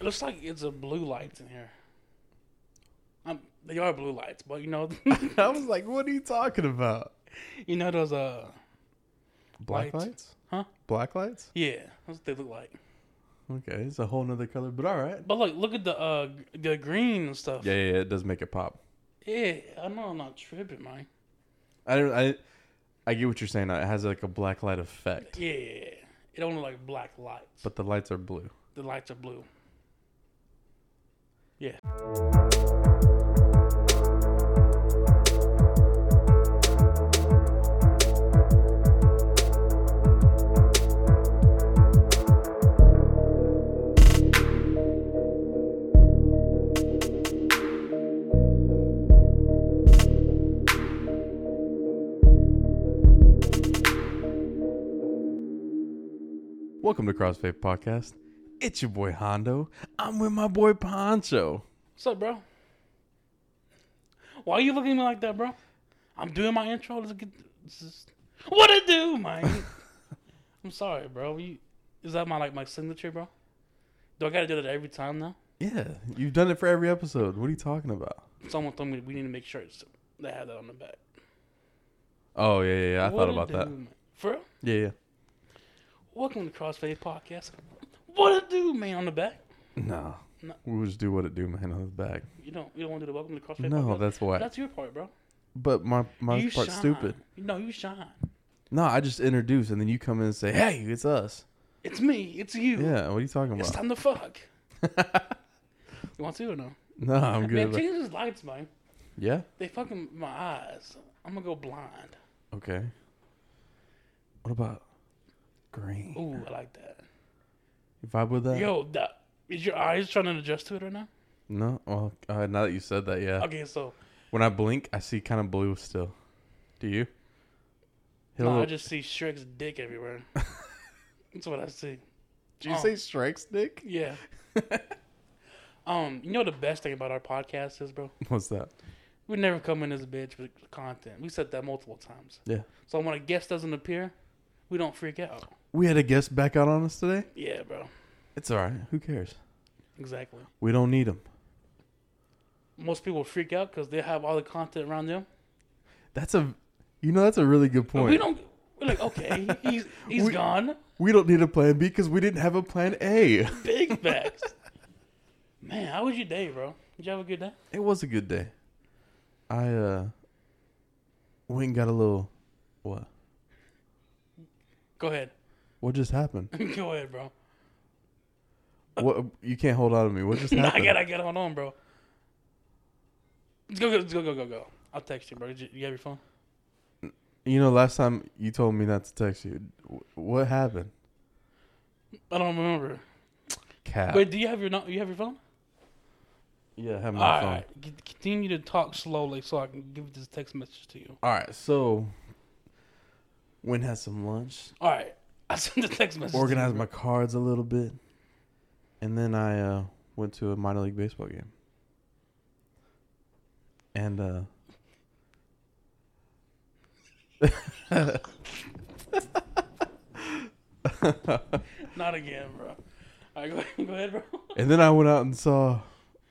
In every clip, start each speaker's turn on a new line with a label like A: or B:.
A: It looks like it's a blue lights in here. Um, they are blue lights, but you know,
B: I was like, what are you talking about?
A: you know those uh,
B: Black
A: Lights.
B: lights?
A: Huh?
B: Black lights?
A: yeah, that's what they look like.
B: Okay, it's a whole nother color, but all right.
A: But look, look at the uh, g- the green and stuff.
B: Yeah, yeah, yeah, it does make it pop.
A: yeah. I know I'm not tripping, man.
B: I don't. I, I get what you're saying. It has like a black light effect,
A: Yeah, it only like black lights.
B: but the lights are blue.
A: The lights are blue. Yeah.
B: Welcome to CrossFit Podcast. It's your boy Hondo. I'm with my boy Poncho.
A: What's up, bro? Why are you looking at me like that, bro? I'm doing my intro. Let's get this is, what it do, man. I'm sorry, bro. You, is that my like my signature, bro? Do I gotta do that every time now?
B: Yeah, you've done it for every episode. What are you talking about?
A: Someone told me we need to make shirts that have that on the back.
B: Oh yeah, yeah. yeah. I
A: What
B: thought
A: it
B: about
A: do,
B: that.
A: man? For real?
B: Yeah, yeah.
A: Welcome to Crossfade Podcast. What it do, man? On the back.
B: No.
A: No.
B: We'll just do what it do, man, on the back.
A: You don't. You don't want to do the Welcome to Crossfade.
B: No,
A: Podcast?
B: that's why.
A: That's your part, bro.
B: But my my
A: you
B: part's stupid.
A: No, you shine.
B: No, I just introduce and then you come in and say, "Hey, it's us."
A: It's me. It's you.
B: Yeah, what are you talking
A: It's
B: about?
A: time to fuck. you want to or no?
B: No, I'm
A: Man,
B: good. about-
A: change those lights, man.
B: Yeah.
A: They fucking my eyes. I'm gonna go blind.
B: Okay. What about green?
A: Ooh, I like that.
B: You vibe with that?
A: Yo, that, is your eyes trying to adjust to it or not?
B: No. Well, uh, now that you said that, yeah.
A: Okay, so
B: When I blink, I see kind of blue still. Do you? Hit a
A: no, I
B: little-
A: just see Shrek's dick everywhere. That's what I see.
B: Did you
A: oh.
B: say strikes, Nick?
A: Yeah. um, you know the best thing about our podcast is, bro,
B: What's that?
A: we never come in as a bitch with content. We said that multiple times.
B: Yeah.
A: So when a guest doesn't appear, we don't freak out.
B: We had a guest back out on us today.
A: Yeah, bro.
B: It's all right. Who cares?
A: Exactly.
B: We don't need him.
A: Most people freak out because they have all the content around them.
B: That's a, you know, that's a really good
A: But
B: point.
A: we don't. We're like, okay, he's he's
B: We-
A: gone.
B: We don't need a plan B because we didn't have a plan A.
A: Big facts. Man, how was your day, bro? Did you have a good day?
B: It was a good day. I uh went and got a little what?
A: Go ahead.
B: What just happened?
A: Go ahead, bro.
B: What you can't hold on to me. What just
A: Nah, I
B: happened?
A: gotta get on on, bro. Let's go, go, let's go, go, go, go. I'll text you, bro. Did you, you have your phone?
B: You know, last time you told me not to text you. Wh- What happened?
A: I don't remember.
B: Cap.
A: Wait, do you have your no- you have your phone?
B: Yeah, I have
A: All
B: my
A: right,
B: phone.
A: all right. C- Continue to talk slowly so I can give this text message to you.
B: All right. So, went and had some lunch.
A: All right. I sent the text message. to you,
B: Organized
A: bro.
B: my cards a little bit, and then I uh, went to a minor league baseball game. And uh,
A: Not again, bro. All right, go ahead, go ahead bro.
B: And then I went out and saw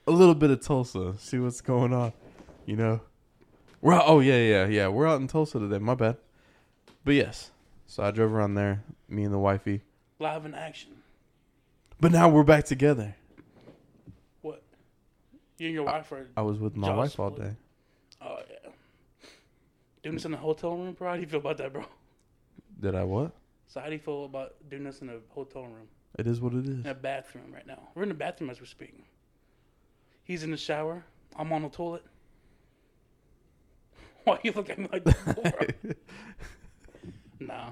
B: a little bit of Tulsa, see what's going on. You know, we're out, oh yeah yeah yeah we're out in Tulsa today. My bad, but yes. So I drove around there, me and the wifey.
A: Live in action.
B: But now we're back together.
A: What? You and your wife are.
B: I was with my
A: Y'all
B: wife all
A: split?
B: day.
A: Oh yeah. Doing this in a hotel room, bro. How do you feel about that, bro?
B: Did I what?
A: So how do you feel about doing this in a hotel room,
B: It is what it is.
A: in a bathroom right now? We're in the bathroom as we're speaking. He's in the shower. I'm on the toilet. Why you look at me like that, bro? nah.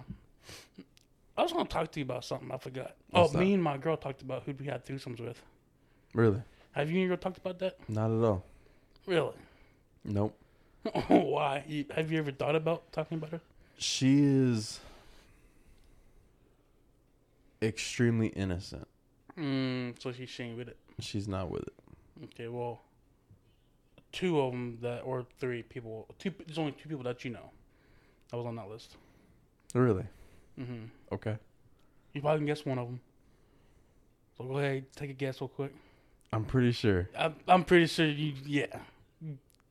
A: I was gonna talk to you about something. I forgot.
B: What's
A: oh,
B: that?
A: me and my girl talked about who we had threesomes with.
B: Really?
A: Have you and your girl talked about that?
B: Not at all.
A: Really?
B: Nope.
A: Why? You- have you ever thought about talking about her?
B: She is extremely innocent.
A: Mm, so she's shamed with it.
B: She's not with it.
A: Okay, well, two of them that, or three people. Two. There's only two people that you know. I was on that list.
B: Really?
A: hmm
B: Okay.
A: You probably can guess one of them. So go ahead, take a guess real quick.
B: I'm pretty sure.
A: I'm, I'm pretty sure you. Yeah,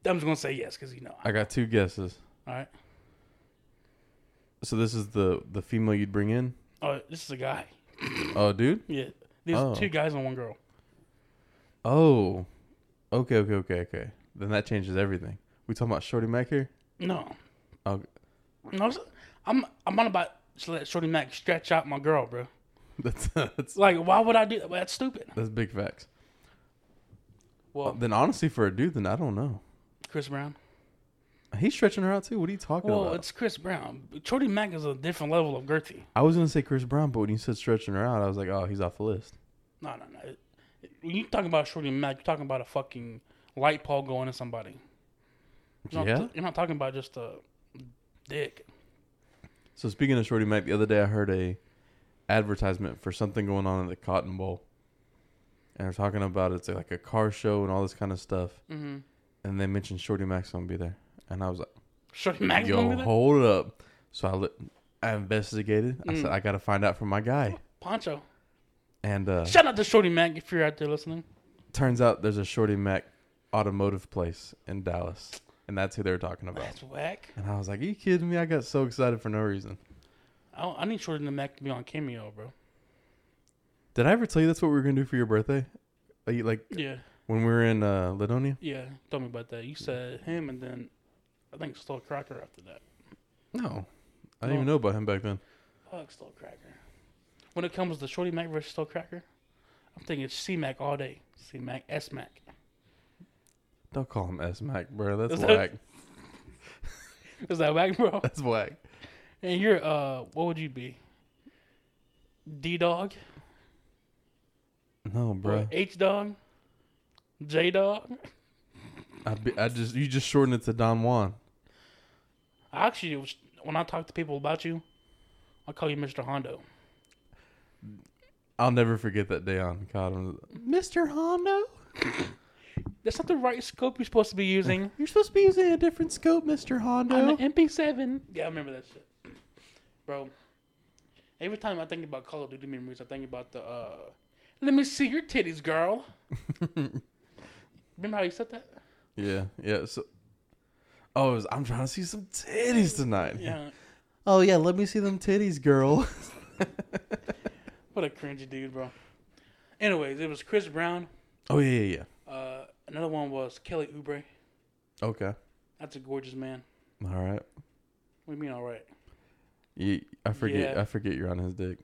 A: I'm just gonna say yes because you know.
B: I got two guesses.
A: All right.
B: So this is the the female you'd bring in?
A: Oh, this is a guy.
B: Oh, dude.
A: Yeah, these are
B: Oh.
A: two guys and one girl.
B: Oh. Okay, okay, okay, okay. Then that changes everything. We talking about Shorty Mac here?
A: No,
B: Oh,
A: no, it's- I'm I'm on about to let Shorty Mac stretch out my girl, bro.
B: that's that's
A: Like, why would I do that? That's stupid.
B: that's big facts.
A: Well,
B: Then honestly, for a dude, then I don't know.
A: Chris Brown.
B: He's stretching her out too. What are you talking
A: Well,
B: about?
A: it's Chris Brown. Shorty Mac is a different level of girthy.
B: I was gonna say Chris Brown, but when you said stretching her out, I was like, oh, he's off the list.
A: No, no, no. When you talking about Shorty Mac, you're talking about a fucking light pole going to somebody. You're
B: Yeah.
A: Not, you're not talking about just a dick.
B: So speaking of Shorty Mac, the other day I heard a advertisement for something going on in the Cotton Bowl, and they're talking about it's like a car show and all this kind of stuff,
A: Mm-hmm.
B: and they mentioned Shorty Mac's gonna be there, and I was like,
A: Shorty Mac's
B: yo,
A: gonna be there?
B: hold up. So I look, I investigated. I said
A: Mm.
B: I gotta find out from my guy,
A: Poncho.
B: and uh,
A: Shout out to Shorty Mac if you're out there listening.
B: turns out there's a Shorty Mac automotive place in Dallas, and that's who they were talking about.
A: That's whack.
B: And I was like, you kidding me? I got so excited for no reason.
A: I, I need Shorty Mac to be on Cameo, bro.
B: Did I ever tell you that's what we were gonna do for your birthday? Like, like
A: Yeah,
B: when we were in uh, Lidonia?
A: yeah. Tell me about that. You said him, and then I think Stole Cracker after that.
B: No, I didn't even
A: No.
B: know about him back then.
A: Fuck Stole Cracker. When it comes to Shorty Mac versus Stole Cracker, I'm thinking C Mac all day. C Mac, S Mac.
B: Don't call him S Mac, bro. That's
A: Is that-
B: whack.
A: Is that whack, bro?
B: That's whack.
A: And you're uh, what would you be? D dog,
B: No, bro.
A: H dog, J dog.
B: I, be, I just you just shortened it to Don Juan.
A: I Actually, was- when I talk to people about you, I call you Mr. Hondo.
B: I'll never forget that day on Cotton. Mr. Hondo,
A: That's not the right scope you're supposed to be using.
B: you're supposed to be using a different scope, Mr.
A: I'm an
B: Hondo.
A: MP7. Yeah, I remember that shit, bro. Every time I think about Call of Duty memories, I think about the. uh Let me see your titties, girl. remember how you said that?
B: yeah, yeah. So, oh, it was, I'm trying to see some titties tonight.
A: Yeah.
B: Oh yeah, let me see them titties, girl.
A: What a cringy dude, bro. Anyways, it was Chris Brown.
B: oh yeah, yeah,
A: Uh, another one was Kelly Oubre.
B: yeah. Okay.
A: That's a gorgeous man.
B: All right.
A: What do you mean, all right?
B: Ye- I forget.
A: Yeah.
B: I forget you're on his dick.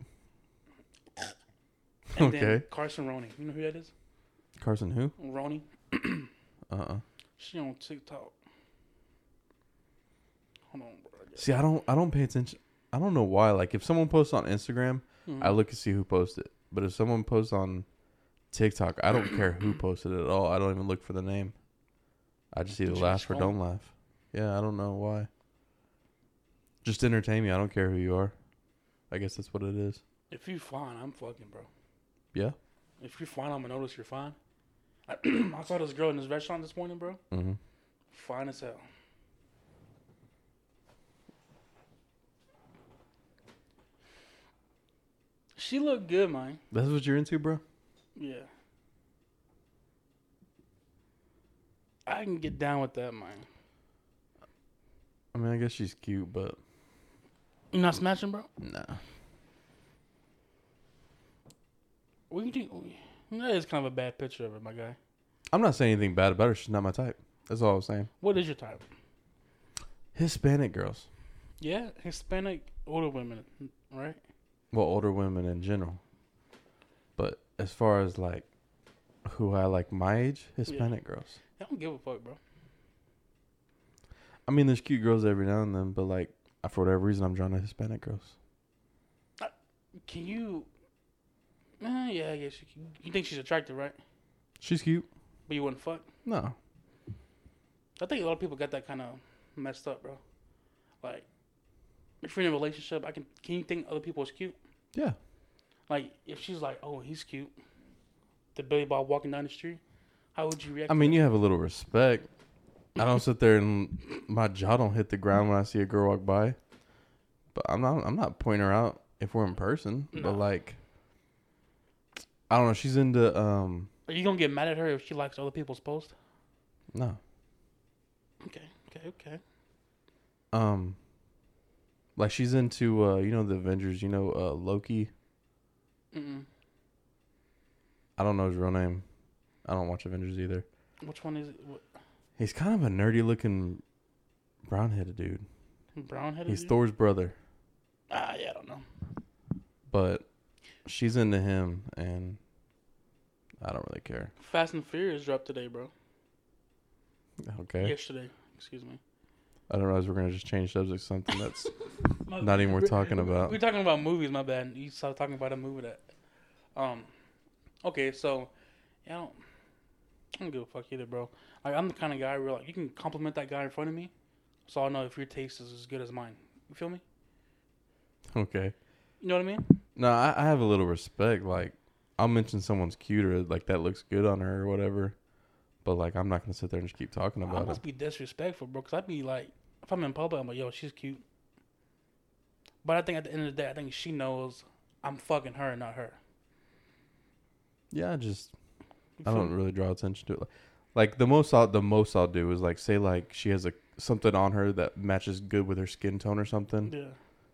A: And then
B: Okay.
A: Carson Roney. You know who that is?
B: Carson who?
A: Roney.
B: Uh. uh
A: She on TikTok. Hold on, bro. I guess.
B: See, I don't. I don't pay attention. I don't know why. Like, if someone posts on Instagram,
A: Mhm.
B: I look to see who posted. it. But if someone posts on TikTok, I don't care who posted it at all. I don't even look for the name. I just either
A: Don't you
B: laugh
A: just
B: or don't laugh. Yeah, I don't know why. Just entertain me. I don't care who you are. I guess that's what it is.
A: If you fine, I'm fucking, bro.
B: Yeah.
A: If you're fine, I'm gonna notice you're fine. I, I saw this girl in this restaurant this morning, bro.
B: Mm-hmm.
A: Fine as hell. She looked good, man.
B: That's what you're into, bro.
A: Yeah. I can get down with that, man.
B: I mean, I guess she's cute, but
A: You not smashing, bro?
B: nah.
A: What do you think? That is kind of a bad picture of it, my guy.
B: I'm not saying anything bad about her. She's not my type. That's all I'm saying.
A: What is your type?
B: Hispanic girls,
A: Yeah, Hispanic older women, right?
B: well, older women in general. But as far as like who I like my age, Hispanic girls.
A: I don't give a fuck, bro.
B: I mean, there's cute girls every now and then, but like for whatever reason, I'm drawn to Hispanic girls.
A: Can you? Uh, yeah, I guess you, can. you think she's attractive, right?
B: She's cute.
A: But you wouldn't fuck.
B: No,
A: I think a lot of people got that kind of messed up, bro. Like, if you're in a relationship, I can. Can you think other people is cute?
B: yeah,
A: Like, if she's like, "Oh, he's cute," the Billy Bob walking down the street, how would you react?
B: I mean, you have a little respect. I don't sit there and my jaw don't hit the ground when I see a girl walk by. But I'm not I'm not pointing her out if we're in person.
A: No.
B: But like I don't know. She's into um.
A: Are you gonna get mad at her if she likes other people's posts?
B: No.
A: Okay, okay, okay.
B: Um. Like she's into uh, you know the Avengers. You know uh, Loki.
A: Mm-mm.
B: I don't know his real name. I don't watch Avengers either.
A: Which one is it? What,
B: He's kind of a nerdy looking, brown headed dude.
A: brown headed?
B: He's Thor's brother,
A: Ah, yeah, I don't know.
B: but she's into him, and I don't really care.
A: Fast and Furious dropped today, bro.
B: Okay.
A: Yesterday, excuse me.
B: I don't realize we're gonna just change subject to something that's not even worth talking about.
A: We're talking about movies. My bad. You started talking about a movie that. Um, okay, so, yeah, I don't, I don't give a fuck either, bro. Like, I'm the kind of guy where like you can compliment that guy in front of me, so I'll know if your taste is as good as mine. You feel me?
B: Okay.
A: You know what I mean?
B: No, I, I have a little respect. Like, I'll mention someone's cute or like that looks good on her or whatever, but like I'm not gonna sit there and just keep talking
A: I
B: about
A: must
B: it.
A: be disrespectful, bro. Cause I'd be like, if I'm in public, I'm like, yo, she's cute. But I think at the end of the day, I think she knows I'm fucking her, not her.
B: Yeah, I just
A: You
B: I
A: feel
B: don't
A: me?
B: really draw attention to it. Like, like the most I'll, the most I'll do is like say like she has a something on her that matches good with her skin tone or something.
A: Yeah,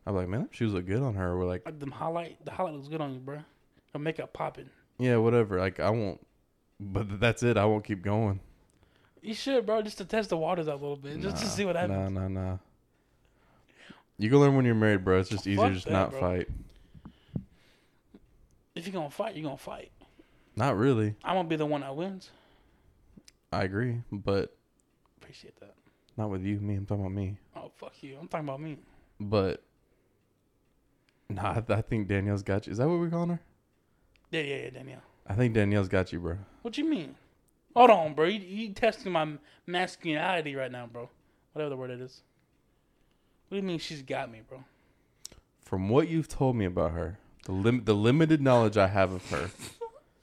B: I'm like, man, them shoes look good on her. We're like,
A: like the highlight, the highlight looks good on you, bro. Your makeup popping.
B: yeah, whatever. Like I won't, but th- that's it. I won't keep going.
A: You should, bro, just to test the waters out a little bit, just to see what happens.
B: Nah, nah, nah. You can learn when you're married, bro. It's just easier
A: Fuck
B: to just
A: that,
B: not
A: bro.
B: fight.
A: If you're gonna fight, you're gonna fight.
B: Not really.
A: I'm gonna be the one that wins.
B: I agree, but
A: Appreciate that.
B: not with you. Me, I'm talking about me.
A: Oh fuck you! I'm talking about me.
B: But nah, I, th- I think Danielle's got you. Is that what we're calling her?
A: Yeah, yeah, yeah, Danielle.
B: I think Danielle's got you, bro.
A: What you mean? Hold on, bro. You, you testing my masculinity right now, bro. Whatever the word it is. What do you mean she's got me, bro?
B: From what you've told me about her, the lim- the limited knowledge I have of her,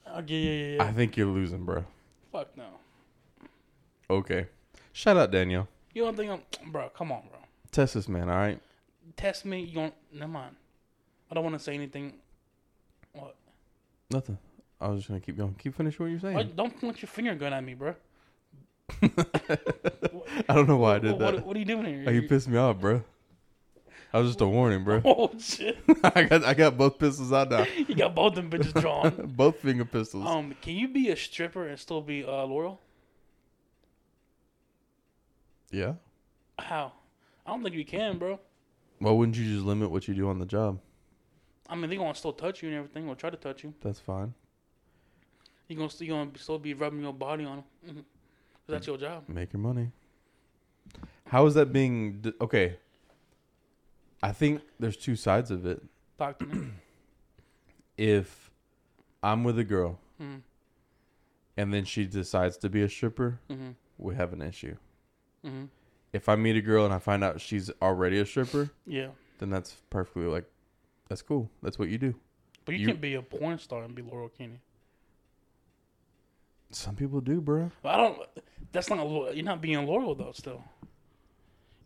A: Okay, Oh, yeah, yeah, yeah.
B: I think you're losing, bro.
A: Fuck no.
B: Okay. Shout out Danielle.
A: You don't think I'm, bro? Come on, bro.
B: Test this man, all right?
A: Test me. You don't. Never mind. I don't want to say anything. What?
B: Nothing. I was just gonna keep going. Keep finishing what you're
A: Why-
B: saying.
A: don't point your finger gun at me, bro.
B: I don't know why I
A: What,
B: did that.
A: what, what are you doing here?
B: Oh, you pissed me off, bro. I was just a warning, bro.
A: Oh shit!
B: I got I got both pistols out now.
A: You got both them bitches drawn.
B: both finger pistols.
A: um, can you be a stripper and still be uh, Laurel?
B: yeah.
A: How? I don't think you can, bro.
B: Why wouldn't you just limit what you do on the job?
A: I mean, they gonna still touch you and everything. Or try to touch you.
B: That's fine.
A: You gonna still, you gonna still be rubbing your body on them. Mm-hmm. That's your job.
B: Make your money. How is that being d- okay? I think there's two sides of it.
A: Talk to me.
B: If I'm with a girl
A: Mhm.
B: and then she decides to be a stripper,
A: Mhm.
B: we have an issue.
A: Mhm.
B: If I meet a girl and I find out she's already a stripper,
A: Yeah,
B: then that's perfectly like that's cool. That's what you do.
A: but you,
B: You-
A: can't be a porn star and be Laurel, can you?
B: Some people do, bro.
A: But I don't. That's not. lo- You're not being loyal though. Still,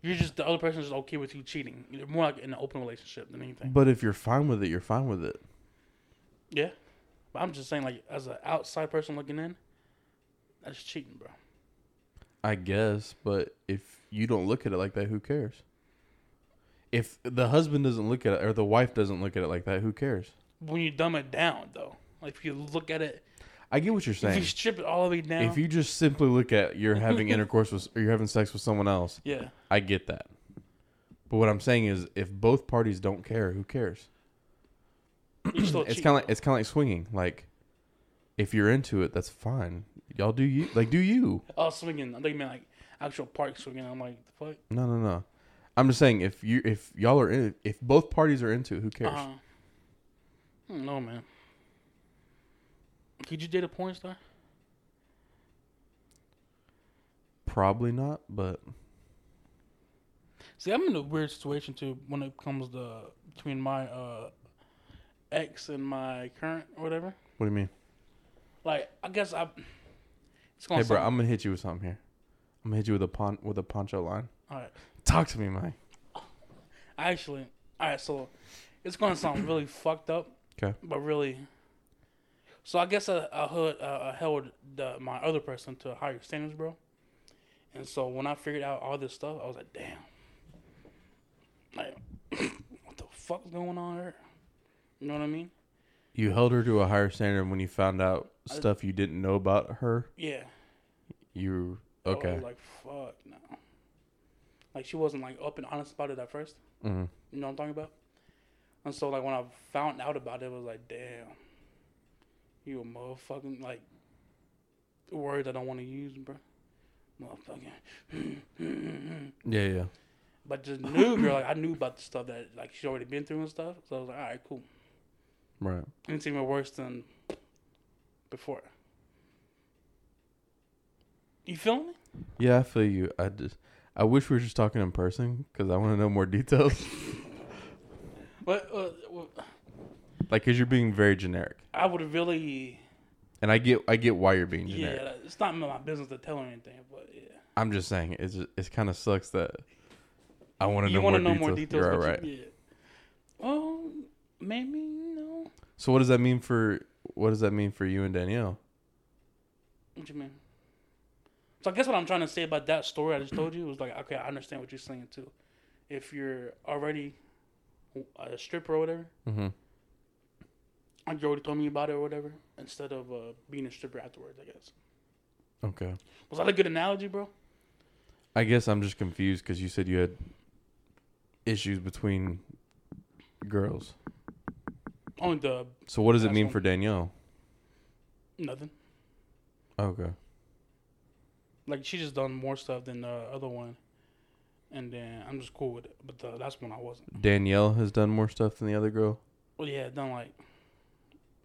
A: you're just the other person is okay with you cheating. You're more like in an open relationship than anything.
B: But if you're fine with it, you're fine with it.
A: Yeah, but I'm just saying, like as an outside person looking in, that's cheating, bro.
B: I guess, but if you don't look at it like that, who cares? If the husband doesn't look at it or the wife doesn't look at it like that, who cares?
A: When you dumb it down, though, like if you look at it,
B: I get what you're
A: if
B: saying.
A: you strip it all the way down,
B: If you just simply look at you're having intercourse with or you're having sex with someone else,
A: yeah,
B: I get that. But what I'm saying is if both parties don't care, who cares?
A: you still
B: It's
A: cheat,
B: kind of like
A: bro.
B: it's kind of like swinging. Like if you're into it, that's fine. Y'all do you. Like do you.
A: oh swinging. I think you meant like actual park swinging. I'm like, the fuck.
B: No, no, no. I'm just saying if you if y'all are in if both parties are into it, who cares?
A: Uh-huh. I don't know, man. Could you date a porn star?
B: Probably not, but
A: See, I'm in a weird situation too when it comes to between my uh, ex and my current or whatever.
B: what do you mean?
A: Like, I guess I. It's
B: Hey,
A: going
B: bro, I'm gonna hit you with something here. I'm gonna hit you with a pon with a poncho line.
A: All right,
B: Talk to me, Mike.
A: actually, all right. So, it's going to sound really fucked up.
B: 'Kay.
A: But really, So I guess I, I, held, uh, I held the, my other person to higher standards, bro. And so when I figured out all this stuff, I was like, damn. Like, what the fuck's going on here? You know what I mean?
B: You held her to a higher standard when you found out
A: I-
B: stuff you didn't know about her.
A: Yeah.
B: You
A: I was
B: okay?
A: Oh, like, fuck, no. Like, she wasn't, like, up and honest about it at first.
B: hmm
A: You know what I'm talking about? And so, like, when I found out about it, it was like, damn. You a motherfucking, like, words I don't want to use, bro. Motherfucking.
B: Yeah, yeah.
A: but just knew, girl, like, I knew about the stuff that, like, she already been through and stuff. So I was like, all right, cool.
B: Right.
A: It's even worse than before. You feel me?
B: Yeah, I feel you. I just, I wish we were just talking in person because I want to know more details.
A: But uh, well,
B: like, cause you're being very generic,
A: I would really,
B: and I get, I get why you're being
A: yeah,
B: generic.
A: like, it's not my business to tell her anything, but yeah.
B: I'm just saying, it's, it kind of sucks that I want to
A: you
B: know,
A: want
B: more,
A: to know
B: details.
A: more details.
B: You're all
A: but
B: right.
A: You, yeah. Well, maybe, no.
B: So, what does that mean for, what does that mean for you and Danielle?
A: What you mean? So I guess what I'm trying to say about that story I just told you was like, okay, I understand what you're saying too. If you're already a stripper or whatever,
B: Mm-hmm.
A: like you already told me about it or whatever, instead of uh, being a stripper afterwards, I guess.
B: Okay.
A: Was that a good analogy, bro?
B: I guess I'm just confused because you said you had issues between girls.
A: Only the
B: So, what does it
A: That's
B: mean
A: one.
B: for Danielle?
A: nothing.
B: Okay.
A: Like she just done more stuff than the other one, and then I'm just cool with it. But the, that's when I wasn't.
B: Danielle has done more stuff than the other girl.
A: Well, yeah, done like.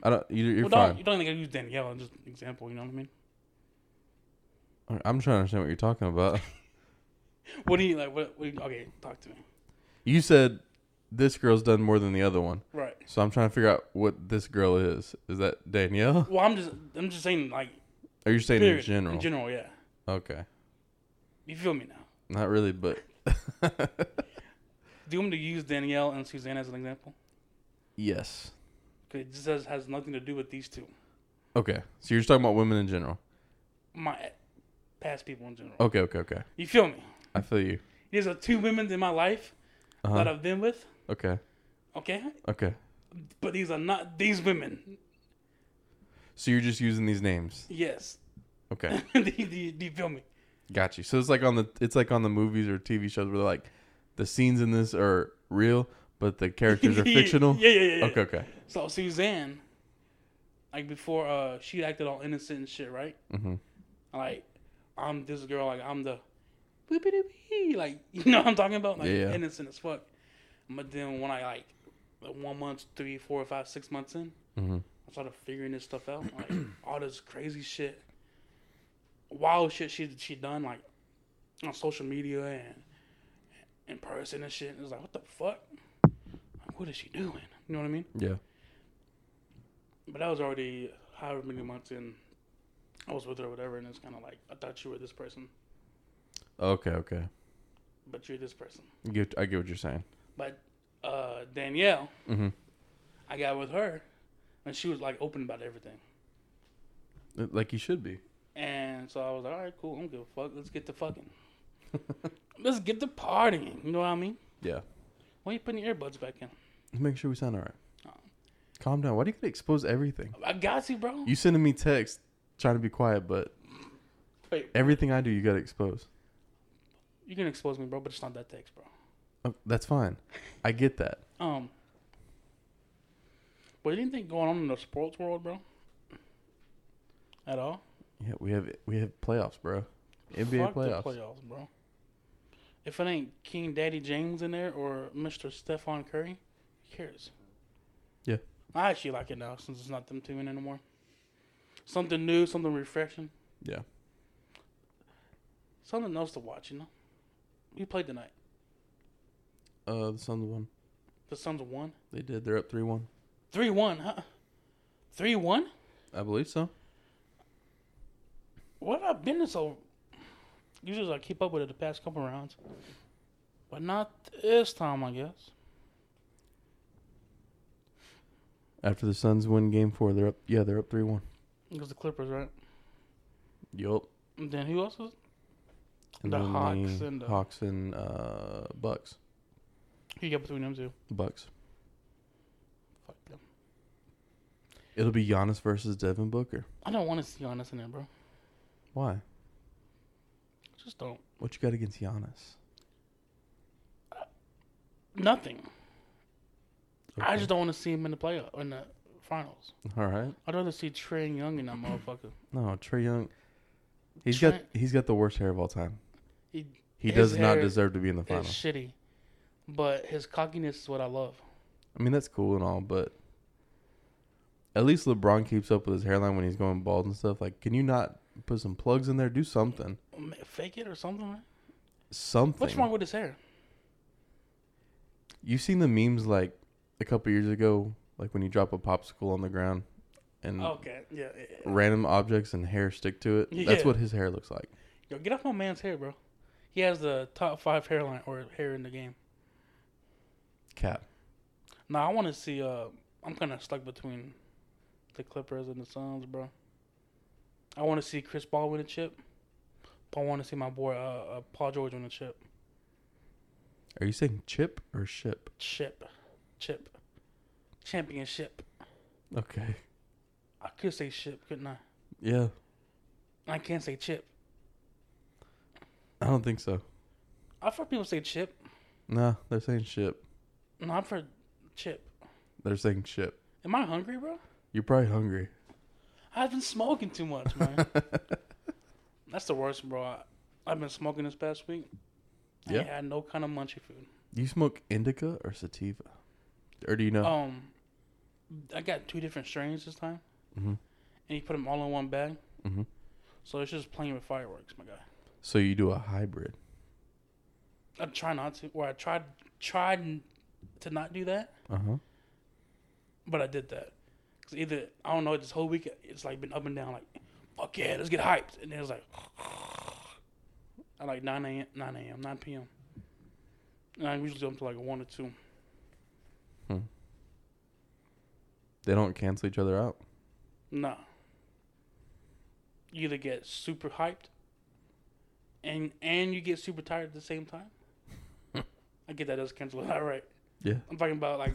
B: I don't. you you're
A: well,
B: fine.
A: Don't, you don't even gotta use Danielle as just an example. You know what I mean?
B: I'm trying to understand what you're talking about.
A: What do you like? What? what do you- okay, talk to me.
B: You said this girl's done more than the other one,
A: Right.
B: so I'm trying to figure out what this girl is. Is that Danielle?
A: Well, I'm just I'm just saying like
B: Are you saying
A: period,
B: in general?
A: In general, yeah.
B: okay,
A: You feel me now?
B: not really, but
A: Do you want me to use Danielle and Suzanne as an example?
B: yes.
A: Because it just has, has nothing to do with these two.
B: Okay, so you're just talking about women in general.
A: My past people in general.
B: Okay, okay, okay.
A: You feel me?
B: I feel you.
A: These are two women in my life that
B: Uh-huh.
A: I've been with.
B: Okay,
A: Okay,
B: okay.
A: but these are not these women.
B: So you're just using these names.
A: Yes.
B: Okay,
A: do, you- do you- do you feel me?
B: got you. So it's like on the it's like on the movies or TV shows where they're like the scenes in this are real, but the characters are fictional.
A: yeah, yeah, yeah, yeah.
B: Okay, okay.
A: So Suzanne, like before, uh, she acted all innocent and shit, right?
B: Mm-hmm.
A: Like, I'm this girl, like I'm the, boopity-wee, like you know what I'm talking about, like
B: Yeah.
A: innocent as fuck. But then when I like, like, one month, three, four, five, six months in,
B: Mm-hmm.
A: I started figuring this stuff out, like all this crazy shit, wild shit she she done like on social media and in person and shit. And it was like, what the fuck? Like, what is she doing? You know what I mean?
B: Yeah.
A: But I was already however many months in, I was with her or whatever, and it's kind of like I thought you were this person,
B: Okay, okay.
A: but you're this person.
B: Get, I get what you're saying.
A: But uh, Danielle,
B: Mm-hmm.
A: I got with her, and she was like open about everything.
B: Like you should be.
A: And so I was like, all right, cool. I don't give a fuck. Let's get to fucking. Let's get to partying. You know what I mean?
B: Yeah.
A: Why you putting your earbuds back in?
B: Make sure we sound all right.
A: Oh.
B: Calm down. Why do you gotta expose everything?
A: I got you, bro.
B: You sending me texts trying to be quiet, but
A: Wait.
B: everything I do, you gotta expose.
A: You can expose me, bro, but it's not that text, bro.
B: Oh, that's fine. I get that.
A: Um. But anything going on in the sports world, bro? At all?
B: Yeah, we have we have playoffs, bro. NBA
A: Fuck the
B: playoffs.
A: playoffs, bro. If it ain't King Daddy James in there or Mr. Stephon Curry, who cares?
B: Yeah.
A: I actually like it now since it's not them two in anymore. Something new, something refreshing,
B: Yeah.
A: something else to watch, you know? We played tonight.
B: Uh, the Suns won.
A: The Suns won.
B: They did. They're up three one.
A: 3 1, huh? 3 1?
B: I believe so.
A: What I've been so. Usually I keep up with it the past couple rounds. But not this time, I guess.
B: After the Suns win Game Four, they're up. Yeah, they're up three one.
A: It was the Clippers, right?
B: Yup.
A: And then who else was?
B: And
A: The
B: then
A: Hawks and the-
B: Hawks and uh, Bucks.
A: He got between them two.
B: Bucks.
A: Fuck them.
B: It'll be Giannis versus Devin Booker.
A: I don't want to see Giannis in there, bro.
B: Why?
A: Just don't.
B: What you got against Giannis?
A: Nothing. I just don't want to see him in the playoff in the finals.
B: don't. All right.
A: I'd rather see Trey Young in that motherfucker.
B: No, Trey Young. He's got
A: Trae-
B: he's got the worst hair of all time.
A: He
B: He
A: His
B: does not
A: hair
B: deserve to be in the
A: is
B: final.
A: shitty, but his cockiness is what I love.
B: I mean, that's cool and all, but at least LeBron keeps up with his hairline when he's going bald and stuff. Like, can you not put some plugs in there? Do something.
A: Ma- Fake it or something. Right?
B: Something.
A: What's wrong with his hair?
B: You've seen the memes like a couple years ago, like when you drop a popsicle on the ground and
A: Okay, yeah. yeah, yeah.
B: random objects and hair stick to it. That's
A: Yeah.
B: what his hair looks like.
A: Yo, get off my man's hair, bro. He has the top five hairline or hair in the game.
B: Cap.
A: Now I want to see. Uh, I'm kind of stuck between the Clippers and the Suns, bro. I want to see Chris Paul win a chip, but I want to see my boy uh, uh, Paul George win a chip.
B: Are you saying chip or ship?
A: Chip, chip, championship.
B: Okay.
A: I could say ship, couldn't I?
B: Yeah.
A: I can't say chip.
B: I don't think so.
A: I've heard people say chip.
B: Nah, they're saying ship.
A: No, I've heard chip.
B: They're saying ship.
A: Am I hungry, bro?
B: You're probably hungry.
A: I've been smoking too much, man. That's the worst, bro. I, I've been smoking this past week. I
B: Yeah.
A: ain't had no kind of munchy food.
B: You smoke indica or sativa? Or do you know?
A: Um, I got two different strains this time,
B: Mhm.
A: and you put them all in one bag.
B: Mhm.
A: So it's just playing with fireworks, my guy.
B: So you do a hybrid.
A: I try not to, or I tried tried n- to not do that,
B: Uh huh.
A: but I did that. Cause either I don't know, this whole week it's like been up and down, like fuck yeah, let's get hyped, and then it's like at like nine a.m., nine a.m., nine p.m. And I usually do up to like one or two.
B: They don't cancel each other out.
A: No. You either get super hyped and and you get super tired at the same time. I get that as cancel out right.
B: Yeah.
A: I'm talking about like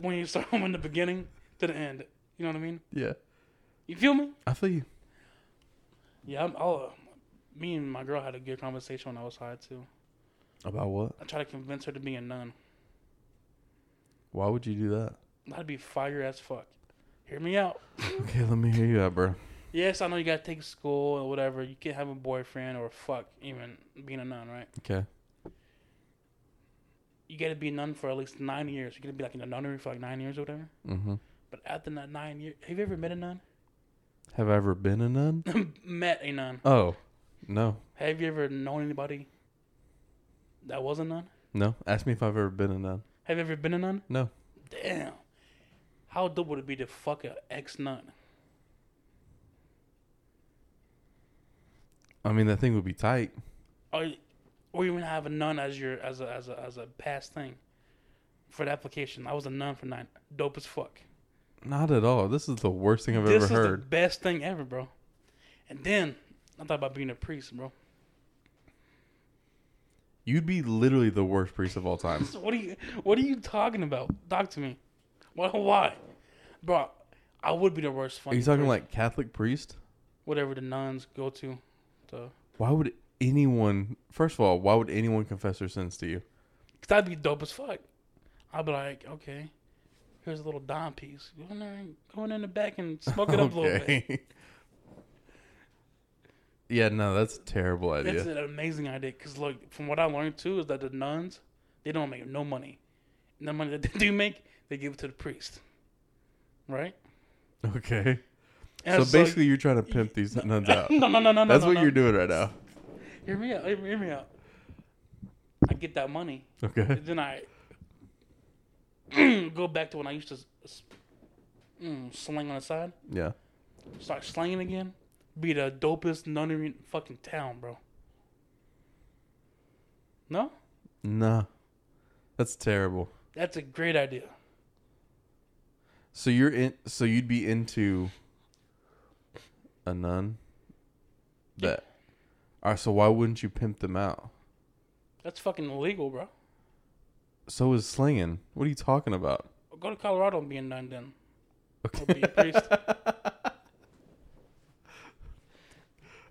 A: when you start from the beginning to the end. You know what I mean?
B: Yeah.
A: You feel me?
B: I feel you.
A: Yeah, I'm I'll, uh, me and my girl had a good conversation when I was high too.
B: About what?
A: I tried to convince her to be a nun.
B: Why would you do that?
A: That'd be fire as fuck. Hear me out.
B: Okay, let me hear you out, bro.
A: Yes, I know you gotta take school or whatever. You can't have a boyfriend or fuck even being a nun, right?
B: Okay.
A: you gotta be a nun for at least nine years. You gotta be like in a nunnery for like nine years or whatever.
B: Mm-hmm.
A: But after that nine years, have you ever met a nun?
B: Have I ever been a nun?
A: met a nun?
B: Oh, no,
A: Have you ever known anybody that was a nun?
B: no. Ask me if I've ever been a nun.
A: Have you ever been a nun?
B: No.
A: Damn. How dope would it be to fuck a ex nun?
B: I mean, that thing would be tight.
A: Or, or even have a nun as your as a as a as a past thing for the application. I was a nun for nine. Dope as fuck.
B: Not at all. This is the worst thing I've
A: this
B: ever
A: is
B: heard.
A: the best thing ever, bro. And then I thought about being a priest, bro.
B: You'd be literally the worst priest of all time.
A: So What are you What are you talking about? Talk to me. Why? Why, bro? I would be the worst.
B: Are
A: Funny
B: you talking
A: person.
B: like Catholic priest?
A: whatever the nuns go to? So,
B: Why would anyone? First of all, why would anyone confess their sins to you?
A: cause that'd be dope as fuck. I'd be like, okay, here's a little dime piece. Go in there, and- go in the back and smoke it up a little bit.
B: yeah, no, that's a terrible idea.
A: That's an amazing idea. Cause look, from what I learned too is that the nuns they don't make no money. And the money that they do make, they give it to the priest, right?
B: Okay.
A: And
B: so basically, you're trying to pimp these nuns out.
A: no, no, no, no.
B: That's
A: no,
B: what
A: no.
B: you're doing right now.
A: Hear me out. Hear me, hear me out. I get that money,
B: Okay.
A: and then I go back to when I used to s- s- mm, sling on the side.
B: Yeah.
A: Start slinging again. Be the dopest nunnery in fucking town, bro. No,
B: Nah. That's terrible.
A: that's a great idea.
B: So you're in. So you'd be into a nun.
A: Yeah.
B: That. All right. So why wouldn't you pimp them out?
A: That's fucking illegal, bro.
B: So is slinging. What are you talking about?
A: Go to Colorado and be a nun then.
B: Okay.
A: Or be a priest.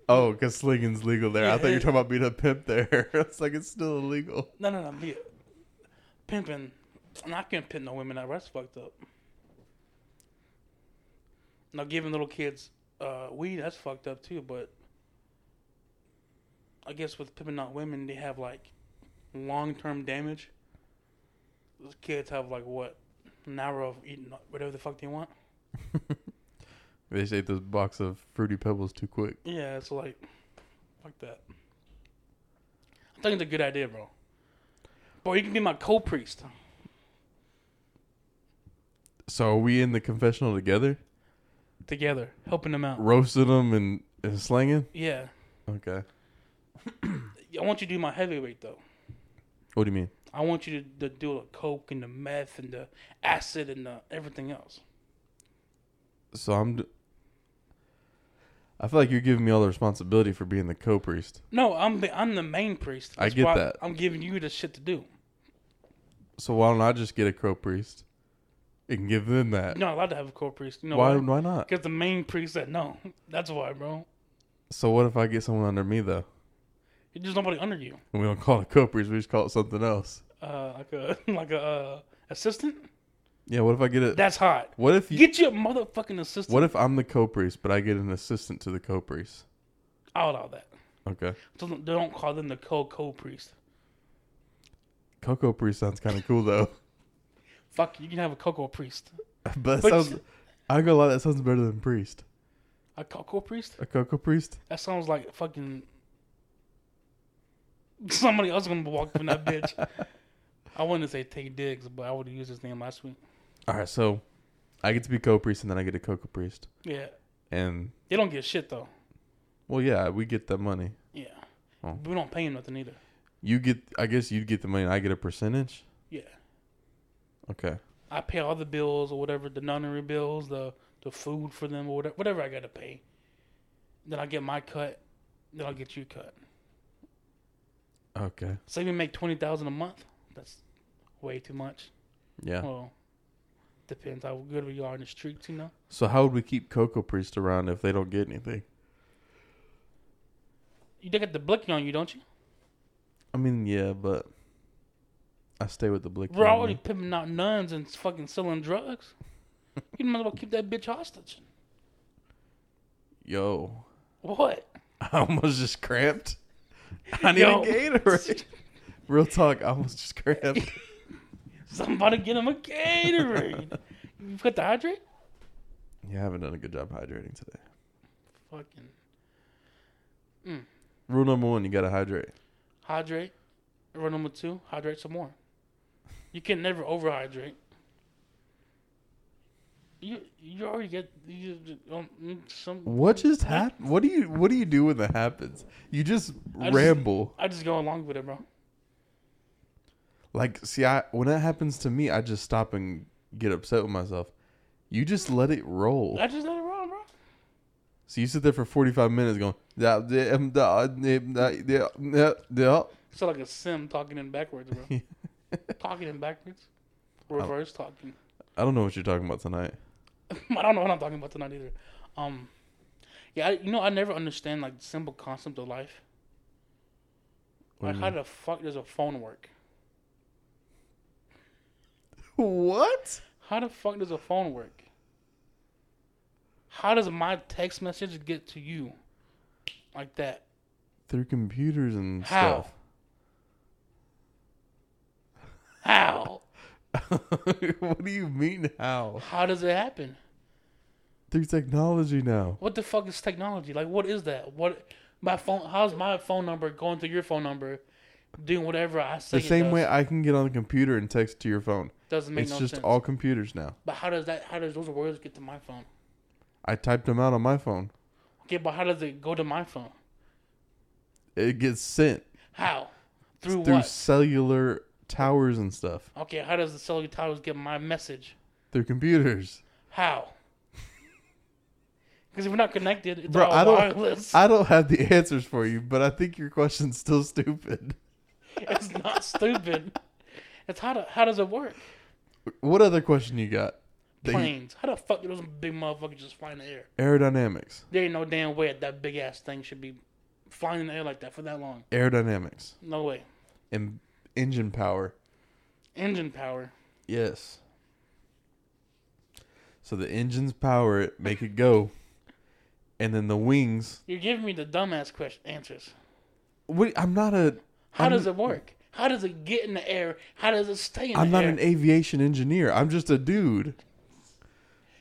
B: Oh, because slinging's legal there. I thought you
A: Yeah.
B: were talking about being a pimp there. it's like it's still illegal.
A: No, no, no. Be a, pimping. And I can't pimp no women out. That's fucked up. Now giving little kids uh, weed, that's fucked up too. But I guess with pimping out women, they have like long term damage. Those kids have like what an hour of eating whatever the fuck they want.
B: They just ate this box of fruity pebbles too quick.
A: Yeah, it's like fuck that. I think it's a good idea, bro. Bro, you can be my co-priest.
B: So are we in the confessional together,
A: together, helping them out.
B: roasting them and, and slinging?
A: Yeah,
B: Okay.
A: I want you to do my heavyweight though.
B: What do you mean?
A: I want you to, to do the coke and the meth and the acid and the everything else.
B: So I'm. D- I feel like you're giving me all the responsibility for being the co-priest.
A: No, I'm the, I'm the main priest.
B: I get
A: why
B: that.
A: I'm giving you the shit to do.
B: So why don't I just get a co-priest and give them that?
A: You're not allowed to have a co-priest. You know
B: why?
A: why?
B: Why not?
A: Because the main priest said no. That's why, bro.
B: So what if I get someone under me though?
A: There's nobody under you.
B: And we don't call it co-priest. We just call it something else.
A: Uh, like a like a uh, assistant.
B: Yeah. What if I get it?
A: That's hot.
B: What if you?
A: Get you a motherfucking assistant.
B: What if I'm the co-priest, but I get an assistant to the co-priest?
A: Out all that.
B: Okay.
A: Don't, don't call them the co co priest.
B: Coco priest sounds kind of cool though.
A: Fuck, you can have a cocoa priest.
B: But
A: But-
B: it sounds, I ain't gonna lie, that sounds better than priest.
A: A cocoa priest?
B: A cocoa priest?
A: That sounds like fucking somebody else gonna walk up in that bitch. I wouldn't say Tay Diggs, but I would have used his name last week.
B: All right, so I get to be co priest and then I get a cocoa priest.
A: Yeah,
B: And,
A: they don't get shit though.
B: well, yeah, we get that money.
A: Yeah,
B: Oh.
A: we don't pay him nothing either.
B: You get, I guess you'd get the money and I get a percentage?
A: Yeah,
B: Okay.
A: I pay all the bills or whatever the nunnery bills, the the food for them or whatever, whatever I gotta pay. Then I get my cut. Then I'll get you cut.
B: Okay.
A: Say we make twenty thousand a month. That's way too much.
B: Yeah.
A: Well, depends how good we are in the streets, you know.
B: So, how would we keep cocoa priest around if they don't get anything?
A: You they got the blicky on you, don't you?
B: I mean, yeah, but I stay with the blick.
A: We're already pimping out nuns and fucking selling drugs. You might as well keep that bitch hostage.
B: Yo,
A: What?
B: I almost just cramped. I need
A: Yo.
B: a Gatorade. Real talk, I almost just cramped.
A: Somebody get him a Gatorade. you got the hydrate?
B: Yeah, I haven't done a good job hydrating today.
A: Fucking
B: Rule number one, you gotta hydrate.
A: hydrate. Rule number two, hydrate some more. You can never overhydrate. You you already get you, you- um, mm, some.
B: What just happened? What do you What do you do when that happens? You just
A: I just-
B: ramble.
A: I just go along with it, bro.
B: Like, see, I when that happens to me, I just stop and get upset with myself. You just let it roll.
A: I just let it roll, bro.
B: So you sit there for forty five minutes going. "Da, da, um, da, da, da, da, da, da."
A: So like a sim talking in backwards, bro. talking in backwards, reverse talking.
B: I don't know what you're talking about tonight.
A: I don't know what I'm talking about tonight either. Um, yeah, I, you know, I never understand like the simple concept of life.
B: What
A: Like,
B: do you
A: how the fuck does a phone work?
B: What?
A: How the fuck does a phone work? How does my text message get to you, like that?
B: Through computers and
A: How? How?
B: stuff. what do you mean how?
A: How does it happen?
B: Through technology now.
A: What the fuck is technology? Like, what is that? What my phone? How's my phone number going to your phone number, doing whatever I say?
B: The same way
A: I,
B: I can get on the computer and text to your phone.
A: doesn't make
B: it's
A: no
B: just
A: sense.
B: all computers now.
A: but how does that? How does those words get to my phone?
B: I typed them out on my phone.
A: Okay, but how does it go to my phone?
B: It gets sent
A: How? Through,
B: through
A: what?
B: cellular towers and stuff,
A: okay, how does the cellular towers get my message?
B: through computers.
A: How? Because if we're not connected, it's
B: Bro,
A: all
B: I don't-
A: wireless.
B: I don't have the answers for you, but I think your question's still stupid.
A: it's not stupid. It's how do, how does it work?
B: What other question you got? That you-
A: Planes. How the fuck do those big motherfuckers just fly in the air?
B: aerodynamics.
A: There ain't no damn way that, that big ass thing should be flying in the air like that for that long.
B: Aerodynamics.
A: No way.
B: And engine power.
A: Engine power.
B: Yes. So the engines power it, make it go. And then the wings.
A: You're giving me the dumbass question answers.
B: What, I'm not a.
A: How
B: I'm-
A: does it work? How does it get in the air? How does it stay in
B: I'm
A: the
B: not
A: air?
B: an aviation engineer. I'm just a dude.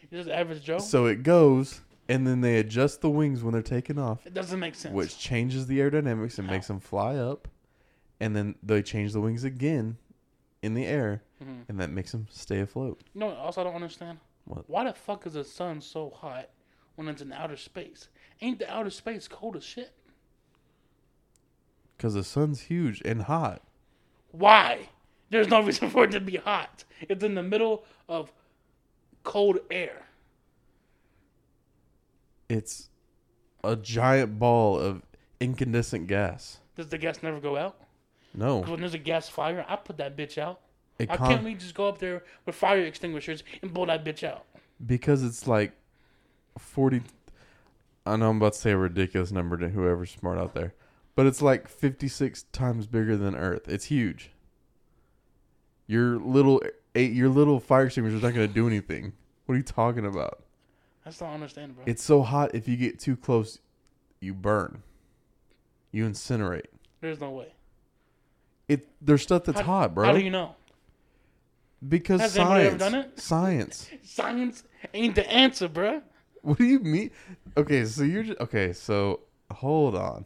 A: You're just average Joe.
B: So it goes, and then they adjust the wings when they're taking off,
A: it doesn't make sense.
B: which changes the aerodynamics and makes them fly up. And then they change the wings again in the air,
A: Mhm.
B: and that makes them stay afloat.
A: You know what else I don't understand?
B: What?
A: Why the fuck is the sun so hot when it's in outer space? Ain't the outer space cold as shit?
B: Because the sun's huge and hot.
A: Why? There's no reason for it to be hot. It's in the middle of cold air.
B: It's a giant ball of incandescent gas.
A: Does the gas never go out? 'Cause
B: No.
A: when there's a gas fire, I put that bitch out.
B: It
A: Why
B: con-
A: can't we just go up there with fire extinguishers and blow that bitch out?
B: because it's like 40 i know i'm about to say a ridiculous number to whoever's smart out there but it's like 56 times bigger than earth it's huge your little eight your little fire extinguisher's not going to do anything what are you talking about
A: That's not understandable.
B: it's so hot if you get too close you burn you incinerate
A: There's no way.
B: it there's stuff that's hot bro
A: How do you know?
B: because
A: Has anybody
B: science
A: ever done it?
B: science
A: Science ain't the answer, bruh.
B: What do you mean? Okay, so you're just, okay. So hold on.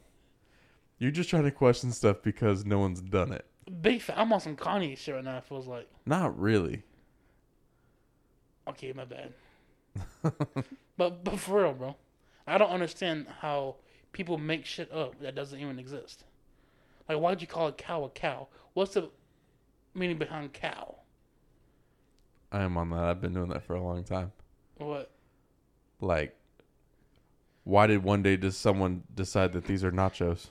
B: You're just trying to question stuff because no one's done it.
A: Big fa I'm on some Kanye shit right now. It feels like.
B: Not really.
A: Okay, my bad. but but for real, bro, I don't understand how people make shit up that doesn't even exist. Like, why'd you call a cow a cow? What's the meaning behind cow?
B: I am on that. I've been doing that for a long time.
A: What?
B: Like, why did one day does someone decide that these are nachos?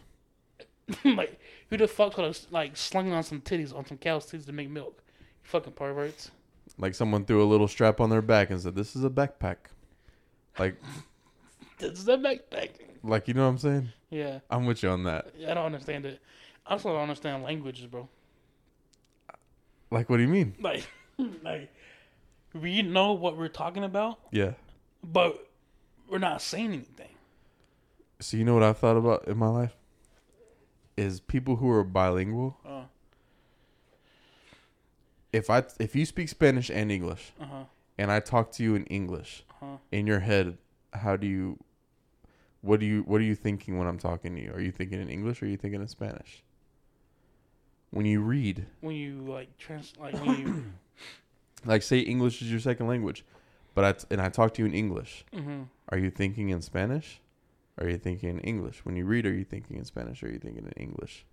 A: like, who the fuck could have like slung on some titties on some cow's titties to make milk? You fucking perverts.
B: Like someone threw a little strap on their back and said, "This is a backpack." Like,
A: Does that make back?
B: like you know what I'm saying?
A: Yeah,
B: I'm with you on that.
A: I don't understand it. I also don't understand languages, bro.
B: Like, what do you mean?
A: Like, like we know what we're talking about,
B: Yeah.
A: but we're not saying anything.
B: So you know what I've thought about in my life is people who are bilingual.
A: Uh
B: if I if you speak Spanish and English
A: huh.
B: and I talk to you in English
A: Huh.
B: in your head, how do you what do you what are you thinking when I'm talking to you? Are you thinking in English or are you thinking in Spanish? When you read,
A: When you like trans, like when you.
B: like say English is your second language, but I t- and I talk to you in English,
A: hmm
B: are you thinking in Spanish? Or are you thinking in English? When you read, are you thinking in Spanish or are you thinking in English?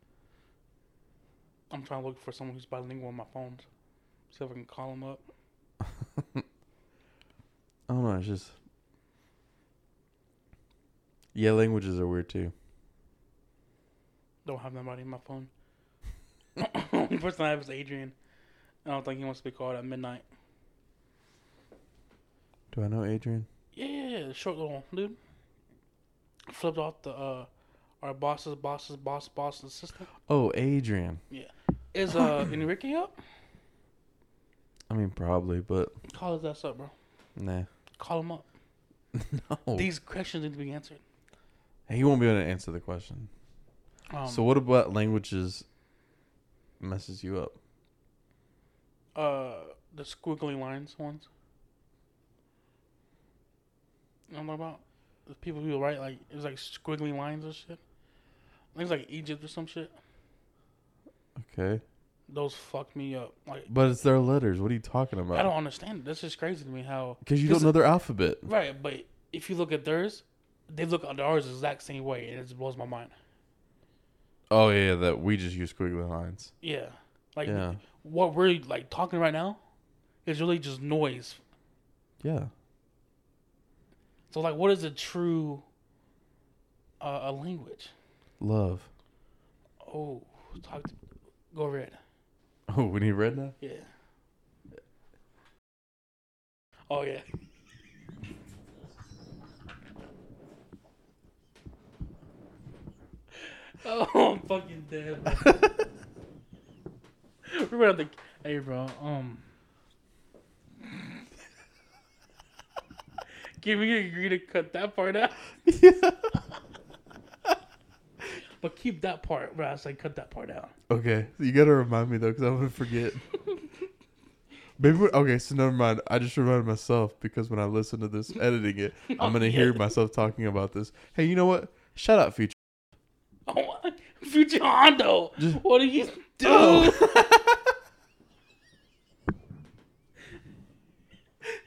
A: I'm trying to look for someone who's bilingual on my phone, see if I can call him up.
B: I don't know, it's just Yeah, languages are weird too.
A: Don't have nobody in my phone. Only person I have is Adrian. I don't think he wants to be called at midnight.
B: Do I know Adrian?
A: Yeah, short little dude. Flipped off the uh, our boss's boss's boss boss's assistant.
B: Oh, Adrian.
A: Is uh Enrique up?
B: I mean, probably, but
A: Call his ass up, bro.
B: nah.
A: Call him up.
B: No.
A: These questions need to be answered.
B: he won't be able to answer the question.
A: Um,
B: so, what about languages messes you up?
A: Uh, the squiggly lines ones. You know what I'm talking about? The people who write like it was like squiggly lines or shit. I think it's like Egypt or some shit.
B: Okay.
A: Those fuck me up. Like
B: But it's their letters. What are you talking about?
A: I don't understand it. That's just crazy to me how
B: Because you
A: Is
B: don't know their alphabet.
A: right. But if you look at theirs, they look at ours the exact same way, and it just blows my mind.
B: Oh, yeah, that we just use squiggly lines.
A: Yeah, like
B: Yeah.
A: what we're like talking right now is really just noise.
B: Yeah.
A: So like, what is a true uh, a language?
B: Love.
A: Oh, talk to, go red.
B: Oh, we need red now?
A: Yeah. Oh yeah. Oh, I'm fucking dead. bro. We're gonna have to. Hey, bro. Um. Can we agree to cut that part out? But keep that part where I was like, cut that part out.
B: Okay, you gotta remind me though, because I'm gonna forget. Maybe we okay, so never mind. I just reminded myself because when I listen to this, editing it, I'm gonna hear
A: Yeah.
B: myself talking about this. Hey, you know what? Shout out Future.
A: Oh, Future Hondo.
B: Just-
A: what do you do?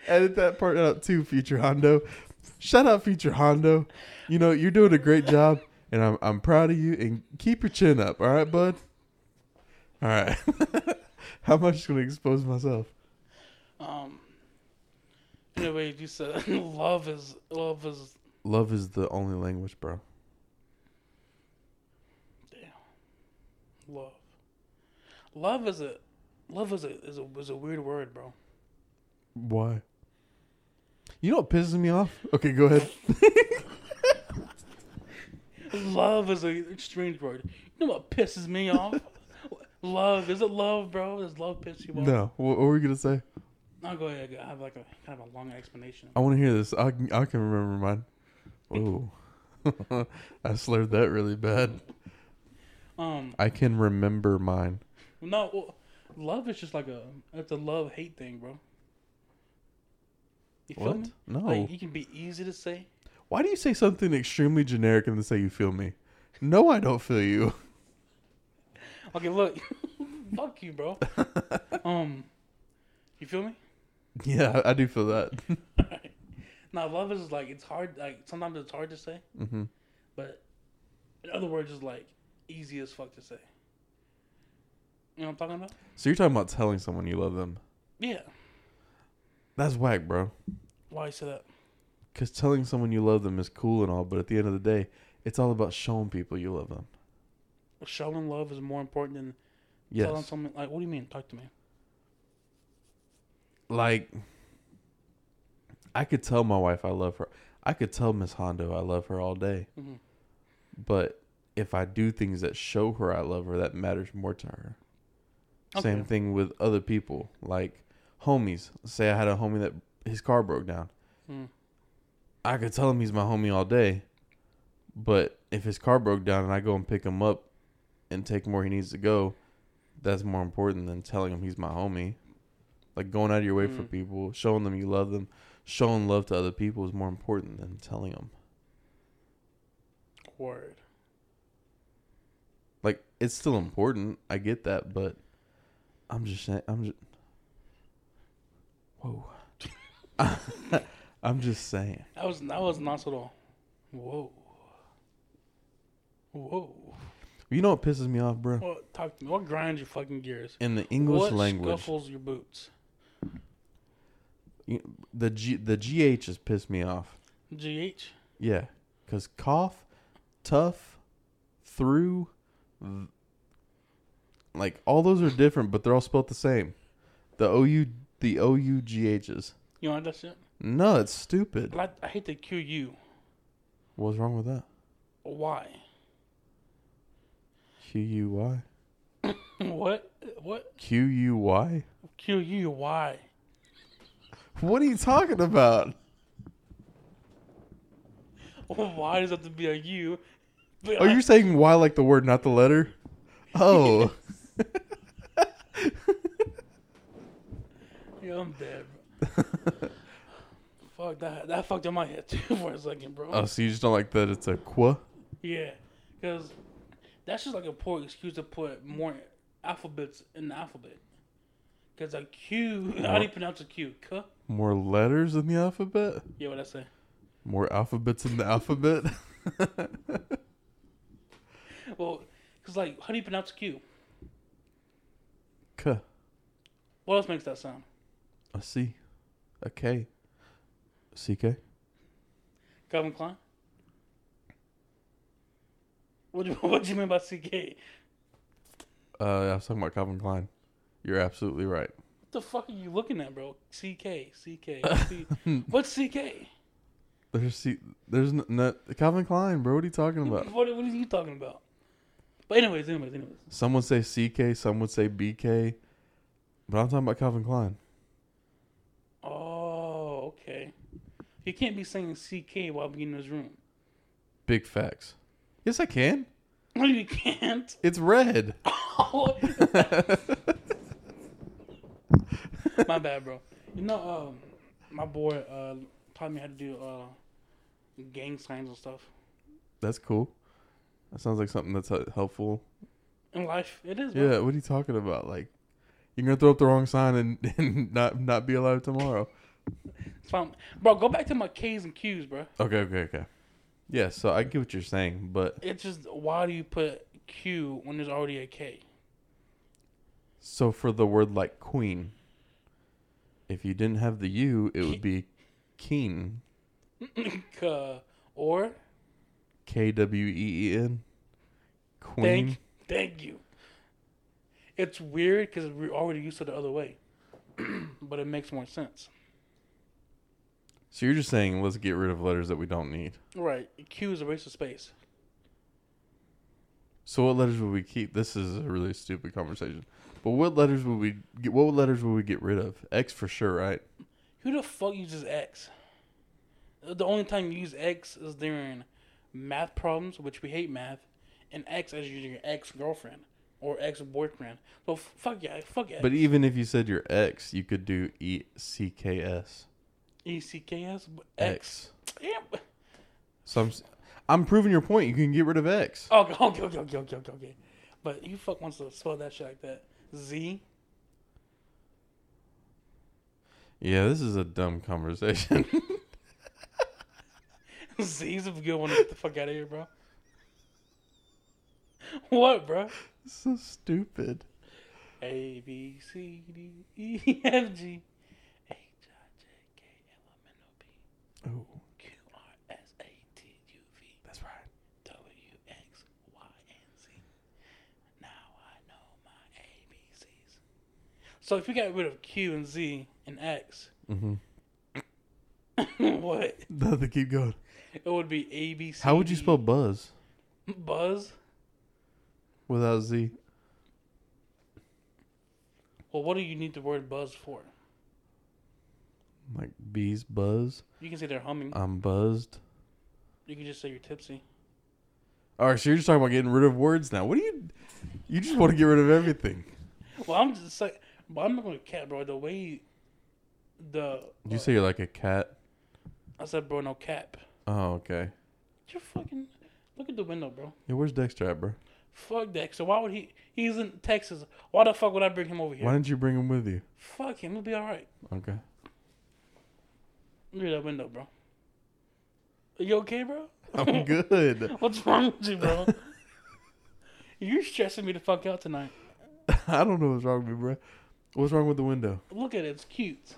B: Edit that part out too, Future Hondo. Shout out Future Hondo. You know you're doing a great job, and I'm I'm proud of you. And keep your chin up, all right, bud. All right. How much gonna expose myself?
A: Um. Anyway, you said love is love is
B: Love is the only language, bro.
A: love. Love is a love is a is a is a weird word, bro.
B: Why? You know what pisses me off? Okay, go ahead.
A: Love is a strange word. You know what pisses me off? love is it love, bro? Does love piss you off?
B: No, wha- what were we gonna say?
A: I'll go ahead. I have like a kind of a long explanation.
B: I want to hear this. I can, I can remember mine. Oh, I slurred that really bad.
A: Um,
B: I can remember mine.
A: no, well, love is just like a it's a love hate thing, bro. You feel
B: What?
A: me?
B: No.
A: Like, you can be easy to say.
B: Why do you say something extremely generic and then say you feel me? No, I don't feel you.
A: Okay, look, fuck you, bro. um, you feel me?
B: Yeah, I I do feel that.
A: Now, love is like it's hard. Like sometimes it's hard to say,
B: hmm
A: but in other words, it's like easy as fuck to say. You know what I'm talking about?
B: So you're talking about telling someone you love them.
A: Yeah.
B: That's whack, bro.
A: Why you say that?
B: Because telling someone you love them is cool and all, but at the end of the day, it's all about showing people you love them.
A: Showing love is more important than
B: Yes.
A: telling someone. Like, what do you mean? Talk to me.
B: like I could tell my wife I love her. I could tell Miss Hondo I love her all day.
A: Mhm.
B: But if I do things that show her I love her, that matters more to her. Same
A: Okay.
B: thing with other people, like homies. Say I had a homie that his car broke down.
A: Mm.
B: I could tell him he's my homie all day, but if his car broke down and I go and pick him up and take him where he needs to go, that's more important than telling him he's my homie. Like going out of your way for
A: Mm.
B: people, showing them you love them, showing love to other people is more important than telling them.
A: Word.
B: Like it's still important, I get that, but I'm just saying, I'm just, whoa, I'm just saying.
A: That was that was nice at all. Whoa. Whoa.
B: You know what pisses me off, bro?
A: What talk to me? What grinds your fucking gears?
B: In the English
A: what
B: language,
A: scuffles your boots?
B: the G, the GH has pissed me off.
A: GH.
B: Yeah, because cough, tough, through, th- like all those are different, but they're all spelled the same. The OU, the OUGHs.
A: You know that shit?
B: No, it's stupid.
A: But I, I hate the QU.
B: What's wrong with that?
A: Why?
B: Q U Y.
A: what? What?
B: Q U Y.
A: QU? Why?
B: What are you talking about?
A: Why does it have to be a U? But
B: Oh,
A: I-
B: you're saying Y like the word, not the letter. Oh,
A: Yeah, I'm dead, bro. Fuck that. That fucked up my head too for a second, bro.
B: oh, so you just don't like that? It's a qua.
A: Yeah, because that's just like a poor excuse to put more alphabets in the alphabet. Because a Q, how do you pronounce a Q? K?
B: More letters in the alphabet.
A: Yeah, what I say?
B: More alphabets in the alphabet.
A: Well, because like, how do you pronounce Q?
B: K.
A: What else makes that sound?
B: A C. A K. CK.
A: Calvin Klein. What do what do you mean by CK? What
B: Uh, I was talking about Calvin Klein. You're absolutely right.
A: the fuck are you looking at, bro? CK, CK. C- What's CK?
B: There's see, there's n- n- Calvin Klein, bro. What are you talking
A: What,
B: about?
A: what are you talking about? But anyways, anyways, anyways.
B: Some would say CK, some would say BK, but I'm talking about Calvin Klein.
A: Oh, okay. You can't be saying CK while being in this room.
B: Big facts. Yes, I can.
A: No, you can't.
B: It's red.
A: my bad, bro. You know, um, my boy uh, taught me how to do uh, gang signs and stuff.
B: That's cool. That sounds like something that's he- helpful.
A: In life, it is. bro.
B: Yeah. What are you talking about? Like, you're gonna throw up the wrong sign and, and not not be alive tomorrow.
A: It's fine. Bro, go back to my K's and Q's, bro.
B: Okay. Okay. Okay. Yeah. So I get what you're saying, but
A: It's just why do you put Q when there's already a K?
B: So for the word like queen, if you didn't have the U, it would be keen.
A: K- or
B: K W E E N. Queen.
A: thank, thank you. It's weird because we're already used to the other way, but it makes more sense.
B: So you're just saying let's get rid of letters that we don't need.
A: Right. Q is a waste of space.
B: So what letters would we keep? This is a really stupid conversation. But what letters would we get what letters would we get rid of? X for sure, right?
A: Who the fuck uses X? Uh, The only time you use X is during math problems, which we hate math, and X as your ex girlfriend or ex boyfriend. So f- fuck yeah, fuck X.
B: But even if you said your X, you could do E C K S.
A: E C K S X.
B: X.
A: Yeah. but-
B: So I'm s- I'm proving your point. You can get rid of X.
A: oh, Okay, okay, okay, okay, okay, okay, okay. But you fuck wants to spell that shit like that. Z.
B: Yeah, this is a dumb conversation.
A: Z's a good one. to Get the fuck out of here, bro. What, bro?
B: so stupid.
A: A B C D E F G H I J K L M N O P
B: Oh,
A: Q R S A T U V
B: that's right.
A: W X Y and Z. Now I know my ABCs. So if you got rid of Q and Z and X,
B: Mm-hmm.
A: what?
B: Nothing. Keep going.
A: It would be A B C.
B: How would you
A: D.
B: spell buzz
A: buzz?
B: without Z?
A: Well, what do you need the word buzz for?
B: Like bees buzz.
A: You can say they're humming.
B: I'm buzzed.
A: You can just say you're tipsy.
B: All right, so you're just talking about getting rid of words now. What do you? You just want to get rid of everything.
A: Well, I'm just like, but I'm not gonna cat, bro. The way the uh,
B: Did you say you're like a cat?
A: I said, bro, no cap.
B: Oh, okay.
A: You're fucking look at the window, bro.
B: Yeah, where's Dexter at, bro?
A: Fuck Dexter. Why would he? He's in Texas. Why the fuck would I bring him over here?
B: Why didn't you bring him with you?
A: Fuck him. He'll be all right.
B: Okay.
A: Look at that window, bro. Are you okay, bro?
B: I'm good.
A: What's wrong with you, bro? You're stressing me the fuck out tonight.
B: I don't know what's wrong with me, bro. What's wrong with the window?
A: Look at it. It's cute.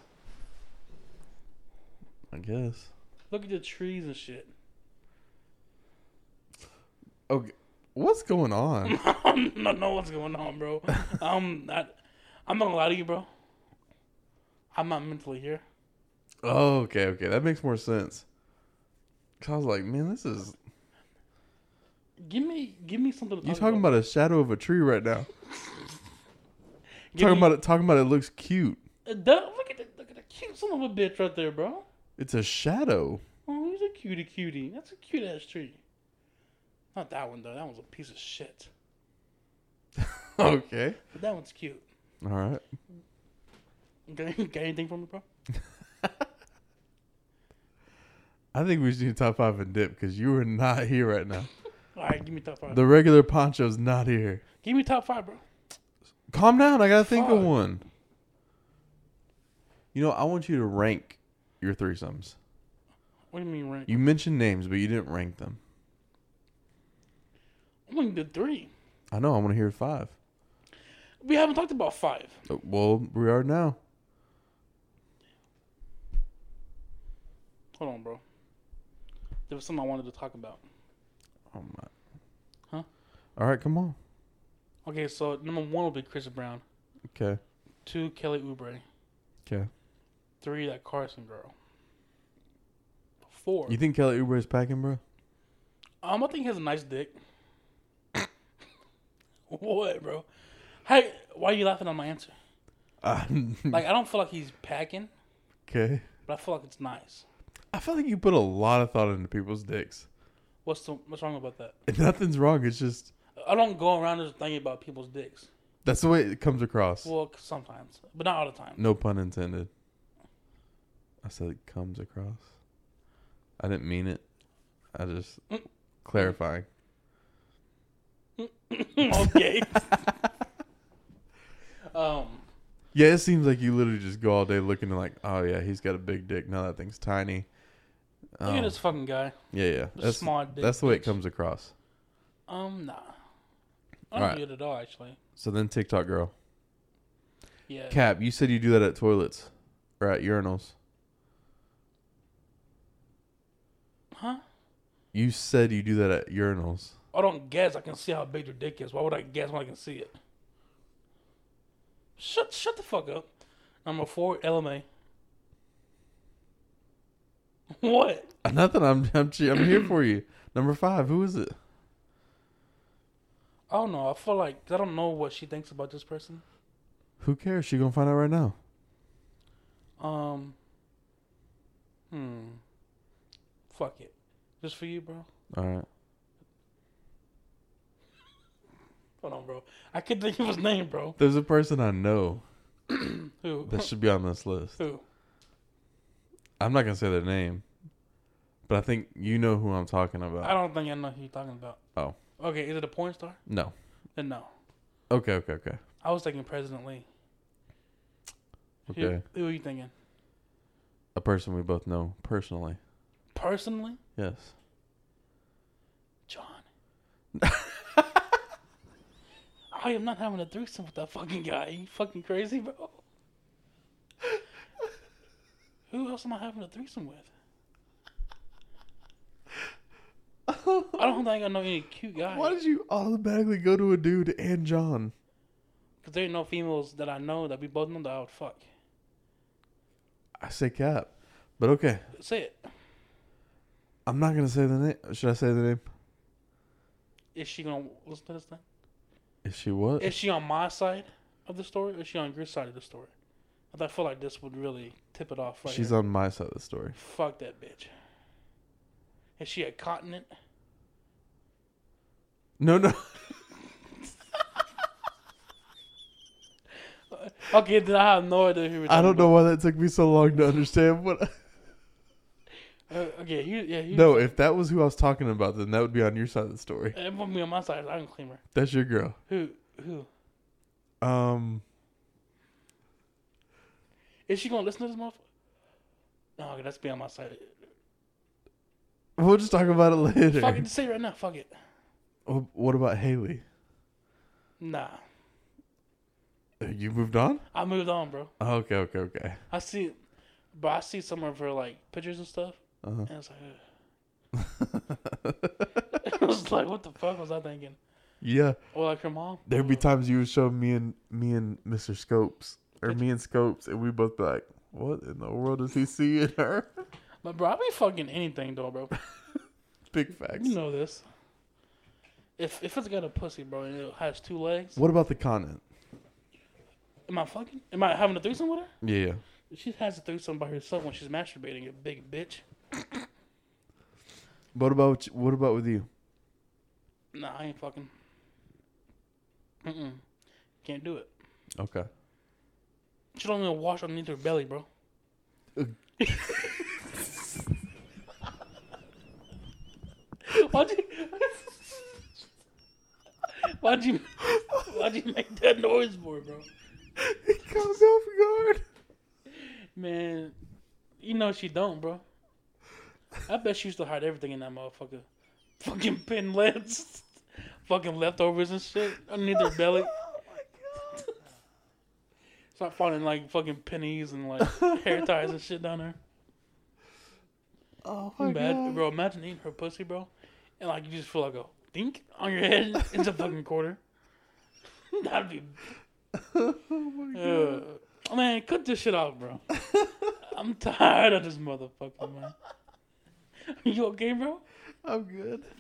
B: I guess.
A: Look at the trees and shit.
B: Okay. What's going on?
A: I don't know what's going on, bro. I'm not. I'm not gonna lie to you, bro. I'm not mentally here.
B: oh, okay, okay. That makes more sense. Cause I was like, man, this is
A: Give me, give me something. to
B: You
A: talk
B: talking about a shadow of a tree right now?
A: Give
B: talking
A: me-
B: about it. Talking about it looks cute.
A: Uh, duh, look at the, look at the cute son of a bitch right there, bro.
B: It's a shadow.
A: Oh, he's a cutie cutie. That's a cute ass tree. Not that one though. That one's a piece of shit.
B: okay.
A: But that one's cute.
B: All right.
A: Got, got anything for me, bro?
B: I think we should do top five and dip because you are not here right now.
A: All right, give me top five.
B: The regular poncho's not here.
A: give me top five, bro.
B: Calm down. I gotta think of
A: Fuck.
B: one. You know, I want you to rank your threesomes.
A: What do you mean rank?
B: You mentioned names, but you didn't rank them.
A: I'm only did three.
B: I know. I want to hear five.
A: We haven't talked about five.
B: Uh, Well, we are now.
A: Hold on, bro. There was something I wanted to talk about.
B: Oh my.
A: Huh?
B: All right, come on.
A: Okay, so number one will be Chris Brown.
B: Okay.
A: Two, Kelly Oubre.
B: Okay.
A: Three, that Carson girl. Four.
B: You think Kelly Oubre is packing, bro?
A: Um, I think he has a nice dick. what, bro? Hey, why are you laughing at my answer?
B: Uh,
A: Like, I don't feel like he's packing,
B: okay.
A: but I feel like it's nice.
B: I feel like you put a lot of thought into people's dicks.
A: What's the, what's wrong about that?
B: And nothing's wrong. It's just
A: I don't go around just thinking about people's dicks.
B: that's the way it comes across.
A: Well, sometimes, but not all the time.
B: No pun intended. I said it comes across. I didn't mean it. I just
A: Mm.
B: clarifying.
A: okay. um,
B: Yeah, it seems like you literally just go all day looking at like, oh yeah, he's got a big dick. Now that thing's tiny.
A: look
B: Um,
A: at this fucking guy.
B: yeah, yeah. That's
A: small dick
B: that's the way it
A: bitch.
B: comes across.
A: Um, nah. I don't
B: Alright.
A: do it at all, actually.
B: So then TikTok girl.
A: Yeah.
B: Cap, you said you do that at toilets or at urinals.
A: huh?
B: You said you do that at urinals.
A: I don't guess. I can see how big your dick is. Why would I guess when I can see it? Shut shut the fuck up. Number four, LMA. What?
B: Nothing. I'm I'm che- I'm here for you. Number five. Who is it?
A: I don't know. I feel like I don't know what she thinks about this person.
B: Who cares? She gonna find out right now.
A: Um. Hmm. Fuck it. Just for you, bro.
B: All right.
A: Hold on, bro. I couldn't think of his name, bro.
B: There's a person I know
A: Who?
B: that should be on this list.
A: Who?
B: I'm not gonna say their name, but I think you know who I'm talking
A: I
B: about.
A: don't think I know who you're talking about.
B: Oh.
A: Okay, is it a porn star?
B: No.
A: Then no.
B: Okay. Okay. Okay.
A: I was thinking President Lee. Who-
B: Okay.
A: Who, are you thinking?
B: A person we both know personally.
A: Personally?
B: Yes.
A: John. I am not having a threesome with that fucking guy. you fucking crazy, bro? Who else am I having a threesome with? I don't think I know any cute guys.
B: Why did you automatically go to a dude and John?
A: Because there ain't no females that I know that we both know that I would fuck.
B: I say Cap, but okay.
A: That's it.
B: I'm not gonna say the name. Should I say the name?
A: Is she gonna listen to this thing?
B: Is she what?
A: Is she on my side of the story or is she on your side of the story? I thought- I feel like this would really tip it off right
B: She's
A: here.
B: on my side of the story.
A: Fuck that bitch. Is she a continent?
B: No, no.
A: Okay, then I have no idea who we're
B: I don't
A: talking
B: know why that took me so long to understand what.
A: about. Uh, okay, you, yeah, you.
B: No, if that was who I was talking about, then that would be on your side of the story.
A: It won't be on my side. I can claim her.
B: That's your girl.
A: Who? Who?
B: Um,
A: Is she gonna listen to this motherfucker? No, okay, that's be on my side.
B: we'll just talk about it later.
A: Fuck it, just say it right now. Fuck it.
B: Wh- What about Haley?
A: Nah,
B: Uh, You moved on?
A: I moved on, bro.
B: Oh, okay, okay, okay.
A: I see, but I see some of her like pictures and stuff,
B: Uh-huh.
A: and it's like, ugh. I was like, what the fuck was I thinking?
B: Yeah,
A: Or like her mom?
B: there'd be times you would show me and me and Mr. Scopes or me and Scopes, and we both be like, "What in the world is he seeing her?"
A: But bro, I be fucking anything though, bro.
B: Big facts.
A: You know this. If if it's got a pussy, bro, and it has two legs,
B: What about the continent?
A: am I fucking? Am I having a threesome with her?
B: Yeah, yeah.
A: She has a threesome by herself when she's masturbating. You big bitch.
B: What about what about with you?
A: Nah, I ain't fucking. Mm-mm. Can't do it.
B: Okay.
A: She don't even wash underneath her belly, bro.
B: Ugh.
A: why'd you? why'd you? Why'd you make that noise for, bro?
B: He comes off guard.
A: Man, you know she don't, bro. I bet she used to hide everything in that motherfucker. Fucking pin legs, fucking leftovers and shit underneath her belly. Start finding like fucking pennies and like hair ties and shit down there.
B: Oh my
A: Imagine,
B: god.
A: bro, imagine eating her pussy, bro, and like you just feel like a dink on your head. It's a fucking quarter. That'd be.
B: oh my god.
A: Uh, man, cut this shit off, bro. I'm tired of this motherfucker, man. You okay, bro?
B: I'm good.